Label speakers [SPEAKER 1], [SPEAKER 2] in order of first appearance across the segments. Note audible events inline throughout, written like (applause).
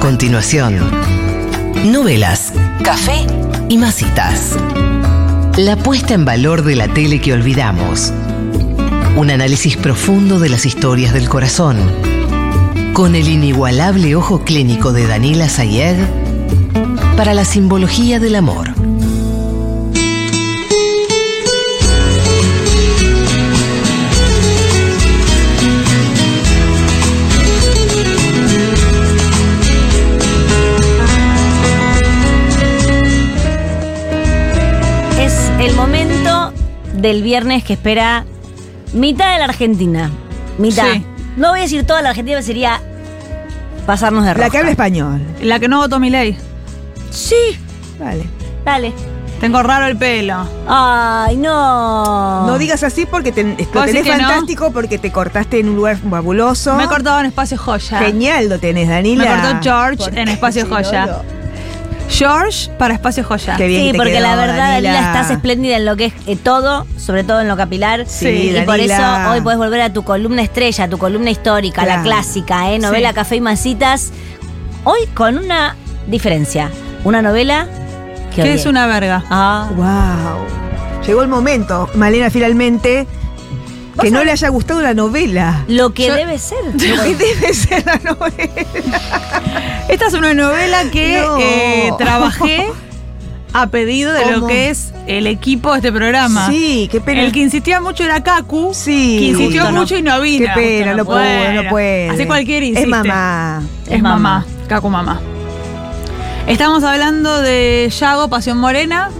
[SPEAKER 1] continuación. Novelas, café y masitas. La puesta en valor de la tele que olvidamos. Un análisis profundo de las historias del corazón. Con el inigualable ojo clínico de Daniela Sayed para la simbología del amor.
[SPEAKER 2] Es el momento del viernes que espera mitad de la Argentina. Mitad.
[SPEAKER 3] Sí.
[SPEAKER 2] No voy a decir toda la Argentina, pero sería pasarnos de roja.
[SPEAKER 4] La que habla español.
[SPEAKER 3] La que no votó mi ley.
[SPEAKER 2] Sí,
[SPEAKER 4] Vale.
[SPEAKER 2] dale.
[SPEAKER 3] Tengo raro el pelo.
[SPEAKER 2] Ay, no.
[SPEAKER 4] No digas así porque te, lo
[SPEAKER 3] Oh. ¿Vos decís
[SPEAKER 4] tenés
[SPEAKER 3] que no?
[SPEAKER 4] fantástico porque te cortaste en un lugar fabuloso.
[SPEAKER 3] Me he cortado en espacio joya.
[SPEAKER 4] Genial lo tenés, Danila.
[SPEAKER 3] Me cortó George
[SPEAKER 4] Por-
[SPEAKER 3] en Espacio
[SPEAKER 4] Sí,
[SPEAKER 3] Joya.
[SPEAKER 4] no, no.
[SPEAKER 3] George para espacio joya.
[SPEAKER 4] Qué bien que
[SPEAKER 2] Sí,
[SPEAKER 4] te
[SPEAKER 2] porque
[SPEAKER 4] quedó,
[SPEAKER 2] la verdad, Dalila,
[SPEAKER 4] Danila.
[SPEAKER 2] estás espléndida en lo que es eh, todo, sobre todo en lo capilar.
[SPEAKER 4] Sí,
[SPEAKER 2] y
[SPEAKER 4] Danila.
[SPEAKER 2] por eso hoy podés volver a tu columna estrella, tu columna histórica, la
[SPEAKER 4] Claro.
[SPEAKER 2] clásica, ¿eh? Novela
[SPEAKER 3] Sí.
[SPEAKER 2] Café y Masitas. Hoy con una diferencia. Una novela que.
[SPEAKER 3] Que
[SPEAKER 2] odié.
[SPEAKER 3] es una
[SPEAKER 4] (laughs)
[SPEAKER 3] verga.
[SPEAKER 2] Ah.
[SPEAKER 4] Wow. Llegó el momento, Malena, finalmente, que no le haya gustado la novela.
[SPEAKER 2] Lo que
[SPEAKER 3] Yo-
[SPEAKER 2] debe ser.
[SPEAKER 4] Lo
[SPEAKER 3] (laughs)
[SPEAKER 4] que debe ser la novela.
[SPEAKER 3] Esta es una novela que
[SPEAKER 4] No.
[SPEAKER 3] eh, trabajé a pedido de lo
[SPEAKER 4] ¿Cómo?
[SPEAKER 3] que es el equipo de este programa.
[SPEAKER 4] Sí, qué pena.
[SPEAKER 3] El que insistía mucho era Kaku.
[SPEAKER 4] Sí.
[SPEAKER 3] Que insistió
[SPEAKER 2] Justo no.
[SPEAKER 3] mucho y no vino.
[SPEAKER 4] Qué pena, no, puede,
[SPEAKER 3] Bueno,
[SPEAKER 4] no puede.
[SPEAKER 3] Así cualquier insiste.
[SPEAKER 4] Es mamá.
[SPEAKER 3] Es mamá. Kaku mamá. Estamos hablando de Yago Pasión Morena.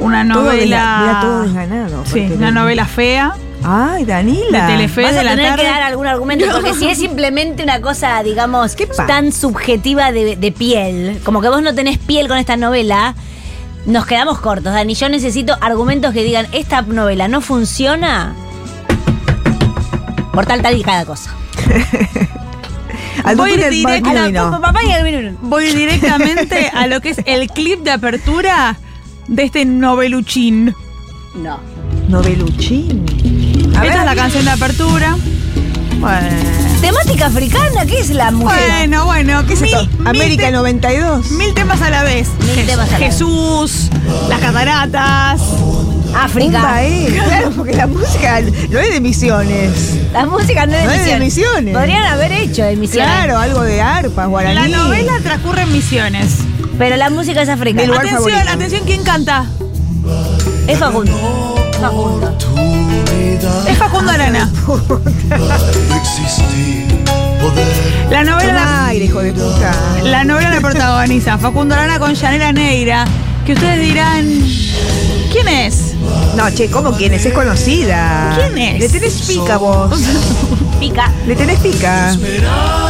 [SPEAKER 3] Una
[SPEAKER 4] Todo desga-
[SPEAKER 3] novela.
[SPEAKER 4] mira, todo desganado.
[SPEAKER 3] Sí,
[SPEAKER 4] porque
[SPEAKER 3] una
[SPEAKER 4] no-
[SPEAKER 3] novela fea.
[SPEAKER 4] Ay, Danila.
[SPEAKER 3] De Telefe
[SPEAKER 2] Vas
[SPEAKER 3] de
[SPEAKER 2] a
[SPEAKER 3] la
[SPEAKER 2] tener
[SPEAKER 3] tarde.
[SPEAKER 2] que dar algún argumento, porque si es simplemente una cosa, digamos,
[SPEAKER 4] ¿Qué pasa?
[SPEAKER 2] tan subjetiva de, de piel, como que vos no tenés piel con esta novela, nos quedamos cortos, Dani. Yo necesito argumentos que digan, esta novela no funciona por tal, tal y cada cosa.
[SPEAKER 4] Al
[SPEAKER 3] Voy
[SPEAKER 4] doctor del
[SPEAKER 3] directa-
[SPEAKER 2] Pa-
[SPEAKER 4] Balduino.
[SPEAKER 2] pa- papá y el-
[SPEAKER 3] Voy directamente a lo que es el clip de apertura de este noveluchín.
[SPEAKER 2] No.
[SPEAKER 4] Noveluchín. A
[SPEAKER 3] Esta
[SPEAKER 4] ver,
[SPEAKER 3] es la canción de apertura.
[SPEAKER 4] Bueno,
[SPEAKER 2] ¿Temática africana? ¿Qué es la mujer?
[SPEAKER 3] Bueno, bueno,
[SPEAKER 4] ¿Qué es esto?
[SPEAKER 3] mil- mil
[SPEAKER 4] América 92.
[SPEAKER 3] te- Mil temas a la vez.
[SPEAKER 2] Mil
[SPEAKER 3] Je-
[SPEAKER 2] temas a la vez.
[SPEAKER 3] Jesús, las cataratas.
[SPEAKER 2] África.
[SPEAKER 4] Pumba, eh. Claro, porque la música no es de misiones.
[SPEAKER 2] La música no es
[SPEAKER 4] No
[SPEAKER 2] de
[SPEAKER 4] es de
[SPEAKER 2] misiones.
[SPEAKER 4] misiones.
[SPEAKER 2] Podrían haber hecho emisiones.
[SPEAKER 4] Claro, algo de arpas, guaraní.
[SPEAKER 3] La novela transcurre en misiones.
[SPEAKER 2] Pero la música es africana.
[SPEAKER 4] Del lugar
[SPEAKER 3] Atención,
[SPEAKER 4] favorito.
[SPEAKER 3] atención, ¿quién canta?
[SPEAKER 2] Es Facundo. Facundo.
[SPEAKER 3] Es Facundo Arana. La novela
[SPEAKER 4] Toma aire, hijo de puta.
[SPEAKER 3] La novela la protagoniza Facundo Arana con Yanela Neira, que ustedes dirán, ¿quién es?
[SPEAKER 4] No, che, ¿cómo quién es? Es conocida.
[SPEAKER 3] ¿Quién es?
[SPEAKER 4] Le tenés pica vos.
[SPEAKER 2] Pica.
[SPEAKER 4] Le tenés pica.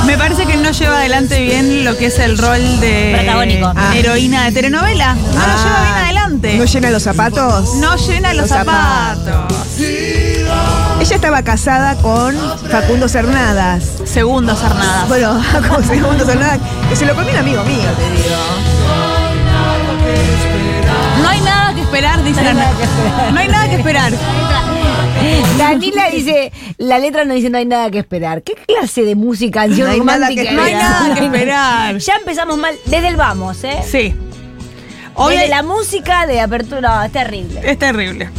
[SPEAKER 3] Me parece que no lleva adelante bien lo que es el rol de
[SPEAKER 2] Protagónico.
[SPEAKER 3] Ah. heroína de telenovela. No lo lleva bien
[SPEAKER 4] Ah,
[SPEAKER 3] adelante.
[SPEAKER 4] ¿No llena los zapatos?
[SPEAKER 3] No llena los,
[SPEAKER 4] Los
[SPEAKER 3] zapatos.
[SPEAKER 4] zapatos. Ella estaba casada con Facundo Cernadas.
[SPEAKER 3] Segundo Cernadas.
[SPEAKER 4] Bueno, (laughs) con Facundo Cernadas, que se lo comió un amigo mío, te digo.
[SPEAKER 3] No hay nada que esperar, dice la No hay nada que esperar.
[SPEAKER 2] Danila dice, la letra no dice no hay nada que esperar. ¿Qué clase de música, canción
[SPEAKER 4] No hay nada
[SPEAKER 2] romántica?
[SPEAKER 4] que
[SPEAKER 2] es?
[SPEAKER 3] No hay nada que esperar.
[SPEAKER 2] Ya empezamos mal desde el vamos, ¿eh?
[SPEAKER 3] Sí. Hoy
[SPEAKER 2] Desde
[SPEAKER 3] hay-
[SPEAKER 2] la música de apertura, no, es terrible.
[SPEAKER 3] es terrible.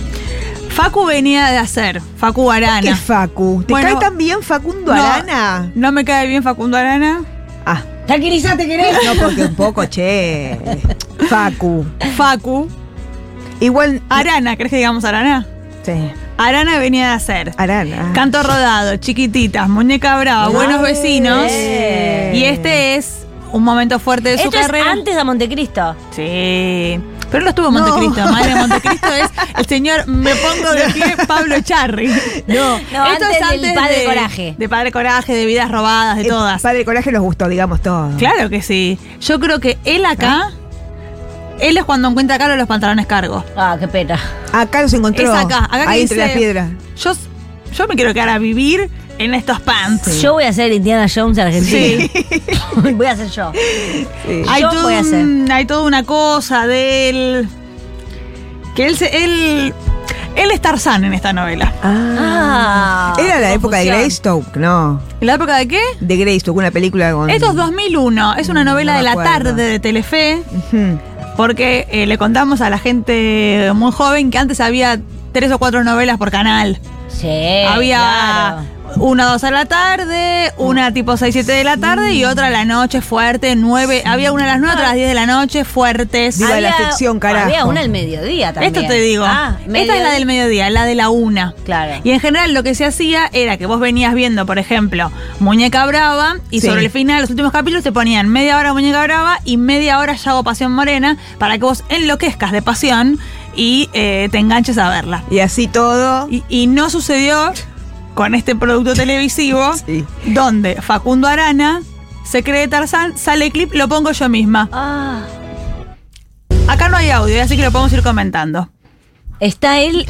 [SPEAKER 3] Facu venía de hacer, Facu Arana.
[SPEAKER 4] ¿Qué Facu? ¿Te
[SPEAKER 3] Bueno,
[SPEAKER 4] cae tan bien Facundo
[SPEAKER 3] No,
[SPEAKER 4] Arana?
[SPEAKER 3] No me cae bien Facundo Arana.
[SPEAKER 4] Ah,
[SPEAKER 2] Tranquilízate, querés.
[SPEAKER 4] no, porque un poco, che. Facu.
[SPEAKER 3] Facu.
[SPEAKER 4] Igual.
[SPEAKER 3] Arana, ¿crees que digamos Arana?
[SPEAKER 4] Sí,
[SPEAKER 3] Arana venía de hacer.
[SPEAKER 4] Arana.
[SPEAKER 3] Canto rodado, chiquititas, muñeca brava, buenos vecinos.
[SPEAKER 4] bien.
[SPEAKER 3] Y este es un momento fuerte (laughs) de su
[SPEAKER 2] Esto es
[SPEAKER 3] carrera.
[SPEAKER 2] antes a Montecristo.
[SPEAKER 3] Sí. Pero no estuvo en Montecristo, madre. Montecristo es el señor, me pongo de pie, Pablo Charri. No,
[SPEAKER 2] antes del Padre Coraje.
[SPEAKER 3] De Padre Coraje, de vidas robadas, de
[SPEAKER 4] Eh,
[SPEAKER 3] todas.
[SPEAKER 4] Padre Coraje los gustó, digamos todo.
[SPEAKER 3] Claro que sí. Yo creo que él
[SPEAKER 2] ¿Ah?
[SPEAKER 3] acá, él es cuando encuentra caro los pantalones cargos.
[SPEAKER 2] Ah, qué pena.
[SPEAKER 4] Acá los encontró.
[SPEAKER 3] Es acá, acá que
[SPEAKER 4] Ahí entre
[SPEAKER 3] dice-
[SPEAKER 4] las piedras.
[SPEAKER 3] Yo, yo me quiero quedar a vivir en estos pants.
[SPEAKER 2] Yo voy a ser Indiana Jones argentina.
[SPEAKER 3] Sí.
[SPEAKER 2] (laughs) voy a ser yo.
[SPEAKER 4] Sí.
[SPEAKER 3] Hay,
[SPEAKER 2] Yo
[SPEAKER 3] todo
[SPEAKER 2] voy a hacer.
[SPEAKER 3] un- hay toda una cosa de él. Que él se. Él, Él es Tarzán en esta novela.
[SPEAKER 2] Ah,
[SPEAKER 4] Era la época de
[SPEAKER 2] confusión.
[SPEAKER 4] Greystoke, no.
[SPEAKER 3] ¿En la época de qué?
[SPEAKER 4] De Greystoke, una película con.
[SPEAKER 3] Esto es 2001. Es una
[SPEAKER 4] No
[SPEAKER 3] novela
[SPEAKER 4] me
[SPEAKER 3] de la
[SPEAKER 4] acuerdo.
[SPEAKER 3] tarde de Telefe.
[SPEAKER 4] Ujú.
[SPEAKER 3] Porque eh, le contamos a la gente muy joven que antes había tres o cuatro novelas por canal.
[SPEAKER 2] Sí,
[SPEAKER 3] había
[SPEAKER 2] claro.
[SPEAKER 3] una dos a la tarde, una tipo 6, 7 de la tarde y otra a la noche fuerte, 9. Había una a las 9, otra a las 10 de la noche fuertes.
[SPEAKER 4] Diva de la ficción, carajo.
[SPEAKER 2] Había una al mediodía también.
[SPEAKER 3] Esto te digo.
[SPEAKER 2] Ah,
[SPEAKER 3] Esta es la del mediodía, la de la una.
[SPEAKER 2] Claro.
[SPEAKER 3] Y en general lo que se hacía era que vos venías viendo, por ejemplo, Muñeca Brava y
[SPEAKER 4] Sí.
[SPEAKER 3] sobre el final, los últimos capítulos, te ponían media hora Muñeca Brava y media hora Yago Pasión Morena para que vos enloquezcas de pasión y eh, te enganches a verla.
[SPEAKER 4] Y así todo.
[SPEAKER 3] Y, y no sucedió con este producto televisivo
[SPEAKER 4] Sí.
[SPEAKER 3] donde Facundo Arana se cree Tarzán, sale clip, lo pongo yo misma.
[SPEAKER 2] Ah,
[SPEAKER 3] Acá no hay audio, así que lo podemos ir comentando.
[SPEAKER 2] está él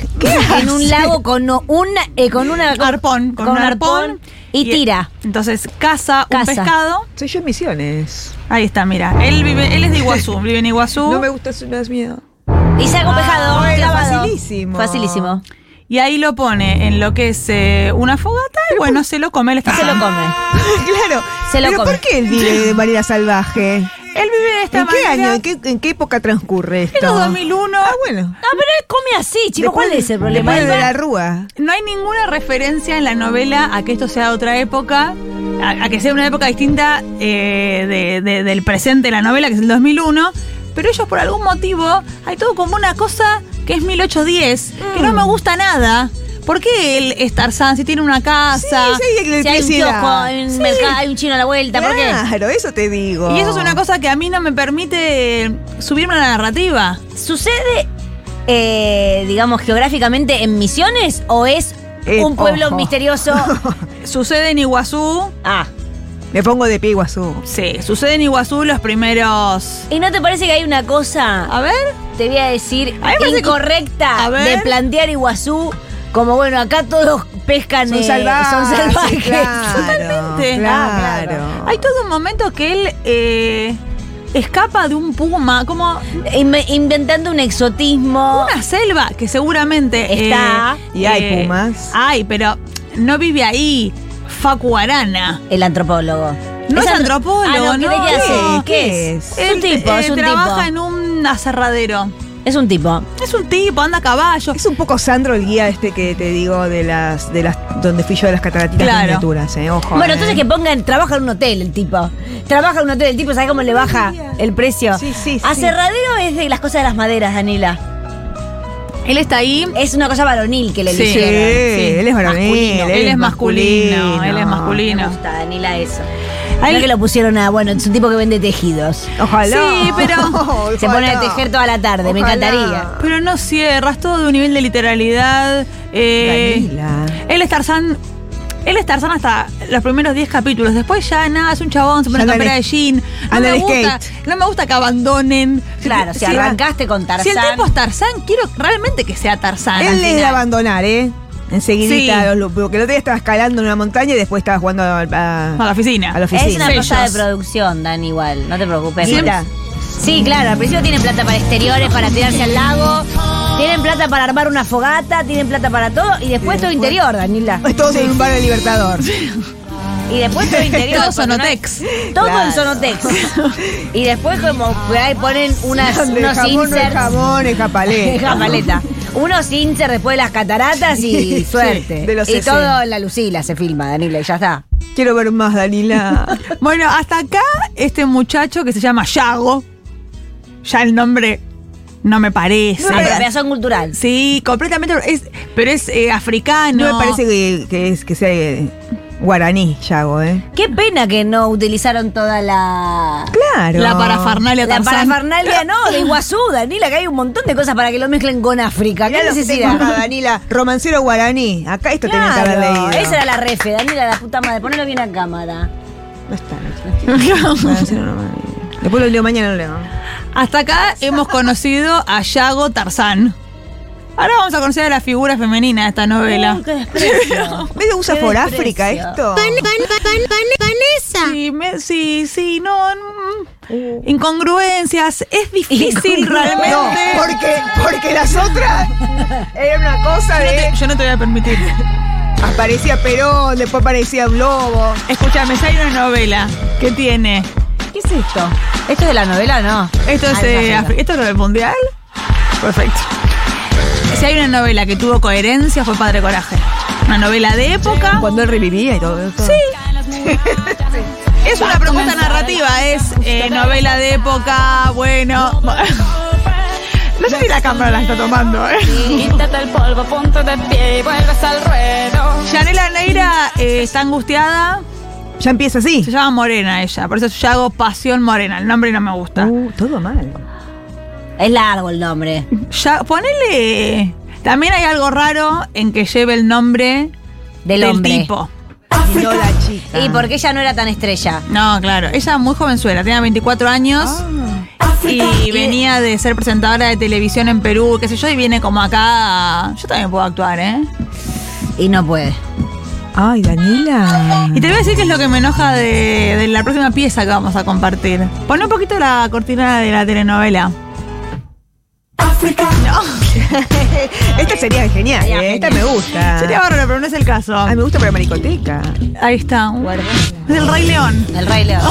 [SPEAKER 2] en un lago con o- una, eh, con una con-
[SPEAKER 3] arpón, con, un arpón,
[SPEAKER 2] y tira.
[SPEAKER 3] Entonces caza, un
[SPEAKER 2] Caza.
[SPEAKER 3] pescado.
[SPEAKER 4] Soy yo en misiones.
[SPEAKER 3] Ahí está, mira. Él vive, él es de
[SPEAKER 4] (laughs)
[SPEAKER 3] Iguazú, vive en Iguazú.
[SPEAKER 4] No me gusta, eso me
[SPEAKER 3] (laughs)
[SPEAKER 4] das miedo.
[SPEAKER 2] Y saca un
[SPEAKER 4] Ah,
[SPEAKER 2] pescado.
[SPEAKER 4] era
[SPEAKER 2] clavado.
[SPEAKER 4] facilísimo.
[SPEAKER 2] Facilísimo.
[SPEAKER 3] Y ahí lo pone en lo que es eh, una fogata y bueno, se lo come, él está
[SPEAKER 2] Se lo
[SPEAKER 3] sano.
[SPEAKER 2] come. Ah,
[SPEAKER 4] claro.
[SPEAKER 2] Se lo
[SPEAKER 4] Pero
[SPEAKER 2] come.
[SPEAKER 4] ¿por qué él vive de manera salvaje?
[SPEAKER 3] Él vive de esta
[SPEAKER 4] ¿En qué
[SPEAKER 3] manera.
[SPEAKER 4] año? ¿En qué, en qué época transcurre esto?
[SPEAKER 3] Esto es 2001.
[SPEAKER 4] Ah, bueno.
[SPEAKER 2] Ah, pero él come así, chicos. ¿Cuál
[SPEAKER 4] Después-
[SPEAKER 2] es el problema?
[SPEAKER 4] Después de
[SPEAKER 2] Él va-
[SPEAKER 4] la rúa.
[SPEAKER 3] No hay ninguna referencia en la novela a que esto sea otra época, a, a que sea una época distinta eh, de- de- del presente de la novela, que es el 2001, pero ellos por algún motivo hay todo como una cosa que es 1810, que
[SPEAKER 4] Mm.
[SPEAKER 3] no me gusta nada. ¿Por qué él es Tarzán si tiene una casa?
[SPEAKER 4] Sí, sí,
[SPEAKER 2] Si hay un
[SPEAKER 4] electricidad. Ah.
[SPEAKER 2] kiosco, hay un mercado, hay un chino a la vuelta, ¿por qué?
[SPEAKER 4] Claro, eso te digo.
[SPEAKER 3] Y eso es una cosa que a mí no me permite subirme a la narrativa.
[SPEAKER 2] ¿Sucede, eh, digamos, geográficamente en Misiones o es
[SPEAKER 4] Eh,
[SPEAKER 2] un pueblo
[SPEAKER 4] ojo. (laughs)
[SPEAKER 2] misterioso?
[SPEAKER 3] Sucede en Iguazú,
[SPEAKER 2] ah.
[SPEAKER 4] Me pongo de pie Iguazú.
[SPEAKER 3] sí, sucede en Iguazú los primeros...
[SPEAKER 2] ¿Y no te parece que hay una cosa,
[SPEAKER 3] A ver,
[SPEAKER 2] te voy a decir,
[SPEAKER 3] A mí me parece que-
[SPEAKER 2] incorrecta
[SPEAKER 3] A ver.
[SPEAKER 2] de plantear Iguazú como, bueno, acá todos pescan
[SPEAKER 4] Son
[SPEAKER 2] eh,
[SPEAKER 4] salvajes.
[SPEAKER 2] son salvajes?
[SPEAKER 4] Claro,
[SPEAKER 3] Totalmente.
[SPEAKER 2] Ah,
[SPEAKER 4] Claro.
[SPEAKER 2] claro.
[SPEAKER 3] hay todo un momento que él eh, escapa de un puma, como...
[SPEAKER 2] Inve- inventando un exotismo.
[SPEAKER 3] una selva que seguramente eh,
[SPEAKER 2] Está.
[SPEAKER 4] Y hay pumas.
[SPEAKER 3] Ay, Eh, pero no vive ahí. Facuarana.
[SPEAKER 2] El antropólogo.
[SPEAKER 3] No es
[SPEAKER 2] antro-
[SPEAKER 3] antropólogo,
[SPEAKER 2] Ah, no, ¿qué,
[SPEAKER 3] ¿no? ¿Qué? eh,
[SPEAKER 2] hace? ¿Qué,
[SPEAKER 4] ¿Qué
[SPEAKER 2] es?
[SPEAKER 4] es?
[SPEAKER 2] Es un tipo, es un
[SPEAKER 3] trabaja
[SPEAKER 2] tipo.
[SPEAKER 3] en un aserradero.
[SPEAKER 2] Es un tipo.
[SPEAKER 3] Es un tipo, anda a caballo.
[SPEAKER 4] Es un poco Sandro el guía este que te digo de las, de las donde fui yo de las cataratitas
[SPEAKER 3] Claro.
[SPEAKER 4] miniaturas, eh. Ojo.
[SPEAKER 2] Bueno,
[SPEAKER 4] eh.
[SPEAKER 2] entonces que pongan, trabaja en un hotel el tipo. Trabaja en un hotel el tipo, ¿sabes cómo le baja el precio?
[SPEAKER 4] Sí, sí, sí.
[SPEAKER 2] Aserradero es de las cosas de las maderas, Danila.
[SPEAKER 3] Él está ahí.
[SPEAKER 2] Es una cosa varonil que le
[SPEAKER 3] Sí.
[SPEAKER 4] Sí,
[SPEAKER 2] eligieron.
[SPEAKER 4] él es varonil.
[SPEAKER 2] Masculino.
[SPEAKER 3] Él es masculino, él es
[SPEAKER 2] Me
[SPEAKER 3] masculino.
[SPEAKER 2] gusta, Danila, eso.
[SPEAKER 3] Ahí-
[SPEAKER 2] No que lo pusieron a, bueno, es un tipo que vende tejidos.
[SPEAKER 4] Ojalá.
[SPEAKER 3] Sí,
[SPEAKER 4] (laughs)
[SPEAKER 3] pero-
[SPEAKER 2] Se pone a tejer toda la tarde, me
[SPEAKER 4] Oh, Ojalá.
[SPEAKER 2] encantaría.
[SPEAKER 3] Pero no cierras todo de un nivel de literalidad. eh,
[SPEAKER 4] Danila.
[SPEAKER 3] él es Tarzán. Él es Tarzán hasta los primeros 10 capítulos. Después ya nada, es un chabón, se pone
[SPEAKER 4] Ya anda en
[SPEAKER 3] campera de
[SPEAKER 4] sk-
[SPEAKER 3] jean. No
[SPEAKER 4] anda
[SPEAKER 3] me,
[SPEAKER 4] en
[SPEAKER 3] gusta, no me gusta que abandonen.
[SPEAKER 2] Claro, si,
[SPEAKER 3] Sí,
[SPEAKER 2] arrancaste con Tarzán.
[SPEAKER 3] Si el tipo es Tarzán, quiero realmente que sea Tarzán. al
[SPEAKER 4] Él es de
[SPEAKER 3] final.
[SPEAKER 4] abandonar, eh. Enseguidita
[SPEAKER 3] Sí.
[SPEAKER 4] los lupos. Porque el otro día estaba escalando en una montaña y después estaba jugando a, a-
[SPEAKER 2] Ah.
[SPEAKER 3] A la oficina.
[SPEAKER 4] a la oficina.
[SPEAKER 2] es una
[SPEAKER 3] Sellos.
[SPEAKER 2] cosa de producción, Dan, igual. No te preocupes.
[SPEAKER 3] Siempre-
[SPEAKER 2] Mira. Sí, claro, al principio tienen plata para exteriores, para tirarse al lago, tienen plata para armar una fogata, tienen plata para todo, y después todo interior, Danila.
[SPEAKER 4] Es todo en un bar
[SPEAKER 2] (laughs)
[SPEAKER 4] de Libertador.
[SPEAKER 2] Y después todo interior.
[SPEAKER 3] Todo
[SPEAKER 2] porque no hay-
[SPEAKER 3] Sonotex.
[SPEAKER 2] Todo
[SPEAKER 4] Claro.
[SPEAKER 2] en Sonotex. Y después como por ahí ponen unas,
[SPEAKER 4] Donde el
[SPEAKER 2] unos
[SPEAKER 4] jamón no es
[SPEAKER 2] inserts.
[SPEAKER 4] jamón, es japalé.
[SPEAKER 2] (laughs) Deja paleta. Unos inserts después de las cataratas y
[SPEAKER 4] (laughs) Sí,
[SPEAKER 2] suerte.
[SPEAKER 4] sí, de los
[SPEAKER 2] y
[SPEAKER 4] 60.
[SPEAKER 2] todo en la Lucila se filma, Danila, y ya está.
[SPEAKER 4] Quiero ver
[SPEAKER 2] (laughs)
[SPEAKER 4] más, Danila.
[SPEAKER 3] Eh. Bueno, hasta acá este muchacho que se llama Yago. Ya el nombre no me parece.
[SPEAKER 4] No, pero-
[SPEAKER 2] Apropiación cultural.
[SPEAKER 3] Sí, completamente. es- pero es eh, africano.
[SPEAKER 4] No, me parece que, que es, que sea eh, guaraní, Yago, ¿eh?
[SPEAKER 2] Qué pena que no utilizaron toda la...
[SPEAKER 4] Claro.
[SPEAKER 3] La parafernalia
[SPEAKER 2] La
[SPEAKER 3] Tarzán.
[SPEAKER 4] (laughs)
[SPEAKER 2] parafernalia, no, de Iguazú, Danila, que hay un montón de cosas para que lo mezclen con África. ¿Qué
[SPEAKER 4] Mirá lo que tengo acá,
[SPEAKER 2] necesidad?
[SPEAKER 4] Danila. Romancero guaraní. Acá esto tenés que haber
[SPEAKER 2] Claro,
[SPEAKER 4] leído.
[SPEAKER 2] esa era la refe, Danila, la puta madre. Ponelo bien a cámara.
[SPEAKER 4] No está. no
[SPEAKER 3] (laughs)
[SPEAKER 4] está. Romancero guaraní. Después lo leo mañana, lo leo.
[SPEAKER 3] Hasta acá hemos conocido a Yago Tarzán. Ahora vamos a conocer a la figura femenina de esta novela.
[SPEAKER 2] Uh, Uy, qué desprecio.
[SPEAKER 4] ¿Medio usa
[SPEAKER 2] Qué
[SPEAKER 4] por
[SPEAKER 2] desprecio.
[SPEAKER 4] África esto?
[SPEAKER 5] Van- Van- Van- Van- Vanessa.
[SPEAKER 3] Sí, me- eh, sí, sí, no.
[SPEAKER 2] Uh.
[SPEAKER 3] mm, Incongruencias. Es difícil
[SPEAKER 2] Incongruencias.
[SPEAKER 3] realmente.
[SPEAKER 4] No, porque, porque las otras era una cosa
[SPEAKER 3] Yo no
[SPEAKER 4] de.
[SPEAKER 3] te- yo no te voy a permitir.
[SPEAKER 4] Aparecía Perón, después aparecía un lobo.
[SPEAKER 3] Escúchame, ya hay una novela que tiene.
[SPEAKER 2] ¿Qué es esto? ¿Esto es de la novela no?
[SPEAKER 3] Esto es,
[SPEAKER 2] Alfa
[SPEAKER 3] eh,
[SPEAKER 2] Omega.
[SPEAKER 3] Afri- ¿Esto es lo del mundial? Perfecto. Si hay una novela que tuvo coherencia fue Padre Coraje. Una novela de época.
[SPEAKER 4] Cuando él revivía y todo. todo.
[SPEAKER 3] Es una propuesta narrativa, es eh, novela de época, bueno. No sé si la cámara la está tomando, ¿eh?
[SPEAKER 5] Quítate el polvo, ponte de pie y vuelves al ruedo.
[SPEAKER 3] Yanela Neira eh, está angustiada.
[SPEAKER 4] Ya empieza así.
[SPEAKER 3] Se llama Morena ella, por eso yo hago Pasión Morena. El nombre no me gusta.
[SPEAKER 4] Uh, todo mal.
[SPEAKER 2] Es largo el nombre.
[SPEAKER 3] Ya, ponele. También hay algo raro en que lleve el nombre
[SPEAKER 2] Del,
[SPEAKER 3] del
[SPEAKER 2] hombre.
[SPEAKER 3] tipo.
[SPEAKER 4] Y no la chica.
[SPEAKER 2] Y porque ella no era tan estrella.
[SPEAKER 3] No, claro. Ella muy jovenzuela, tenía 24 años.
[SPEAKER 2] Ah.
[SPEAKER 3] Y venía de ser presentadora de televisión en Perú, qué sé yo, y viene como acá. a- Yo también puedo actuar, ¿eh?
[SPEAKER 2] Y no puede.
[SPEAKER 4] Ay, Daniela.
[SPEAKER 3] Y te voy a decir que es lo que me enoja de, de la próxima pieza que vamos a compartir. Pon un poquito la cortina de la telenovela.
[SPEAKER 4] Esta sería genial,
[SPEAKER 2] Sería
[SPEAKER 4] eh, esta me
[SPEAKER 2] genial.
[SPEAKER 4] gusta.
[SPEAKER 3] Sería bárbaro, pero no es el caso.
[SPEAKER 4] Ay, me gusta para maricoteca.
[SPEAKER 3] Ahí está. Es el Rey León.
[SPEAKER 2] El Rey León.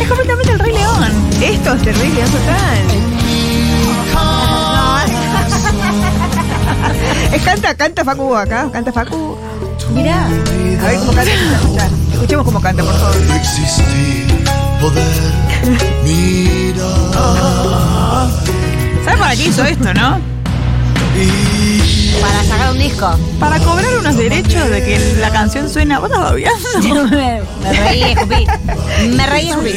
[SPEAKER 3] Es completamente el Rey León.
[SPEAKER 4] Esto es terrible,
[SPEAKER 2] (laughs)
[SPEAKER 4] es total. Es canta, canta Facu acá, canta Facu.
[SPEAKER 2] Mirá.
[SPEAKER 4] A ver cómo canta. escuchá. Escuchemos cómo canta, por favor.
[SPEAKER 6] Existir, poder, mirar
[SPEAKER 3] ¿Sabes para qué hizo esto, no?
[SPEAKER 6] y
[SPEAKER 2] Para sacar un (laughs) disco.
[SPEAKER 3] Para cobrar unos derechos de que la canción suena. ¿Vos estás babiando?
[SPEAKER 2] me reí, escupí. Me reí, escupí.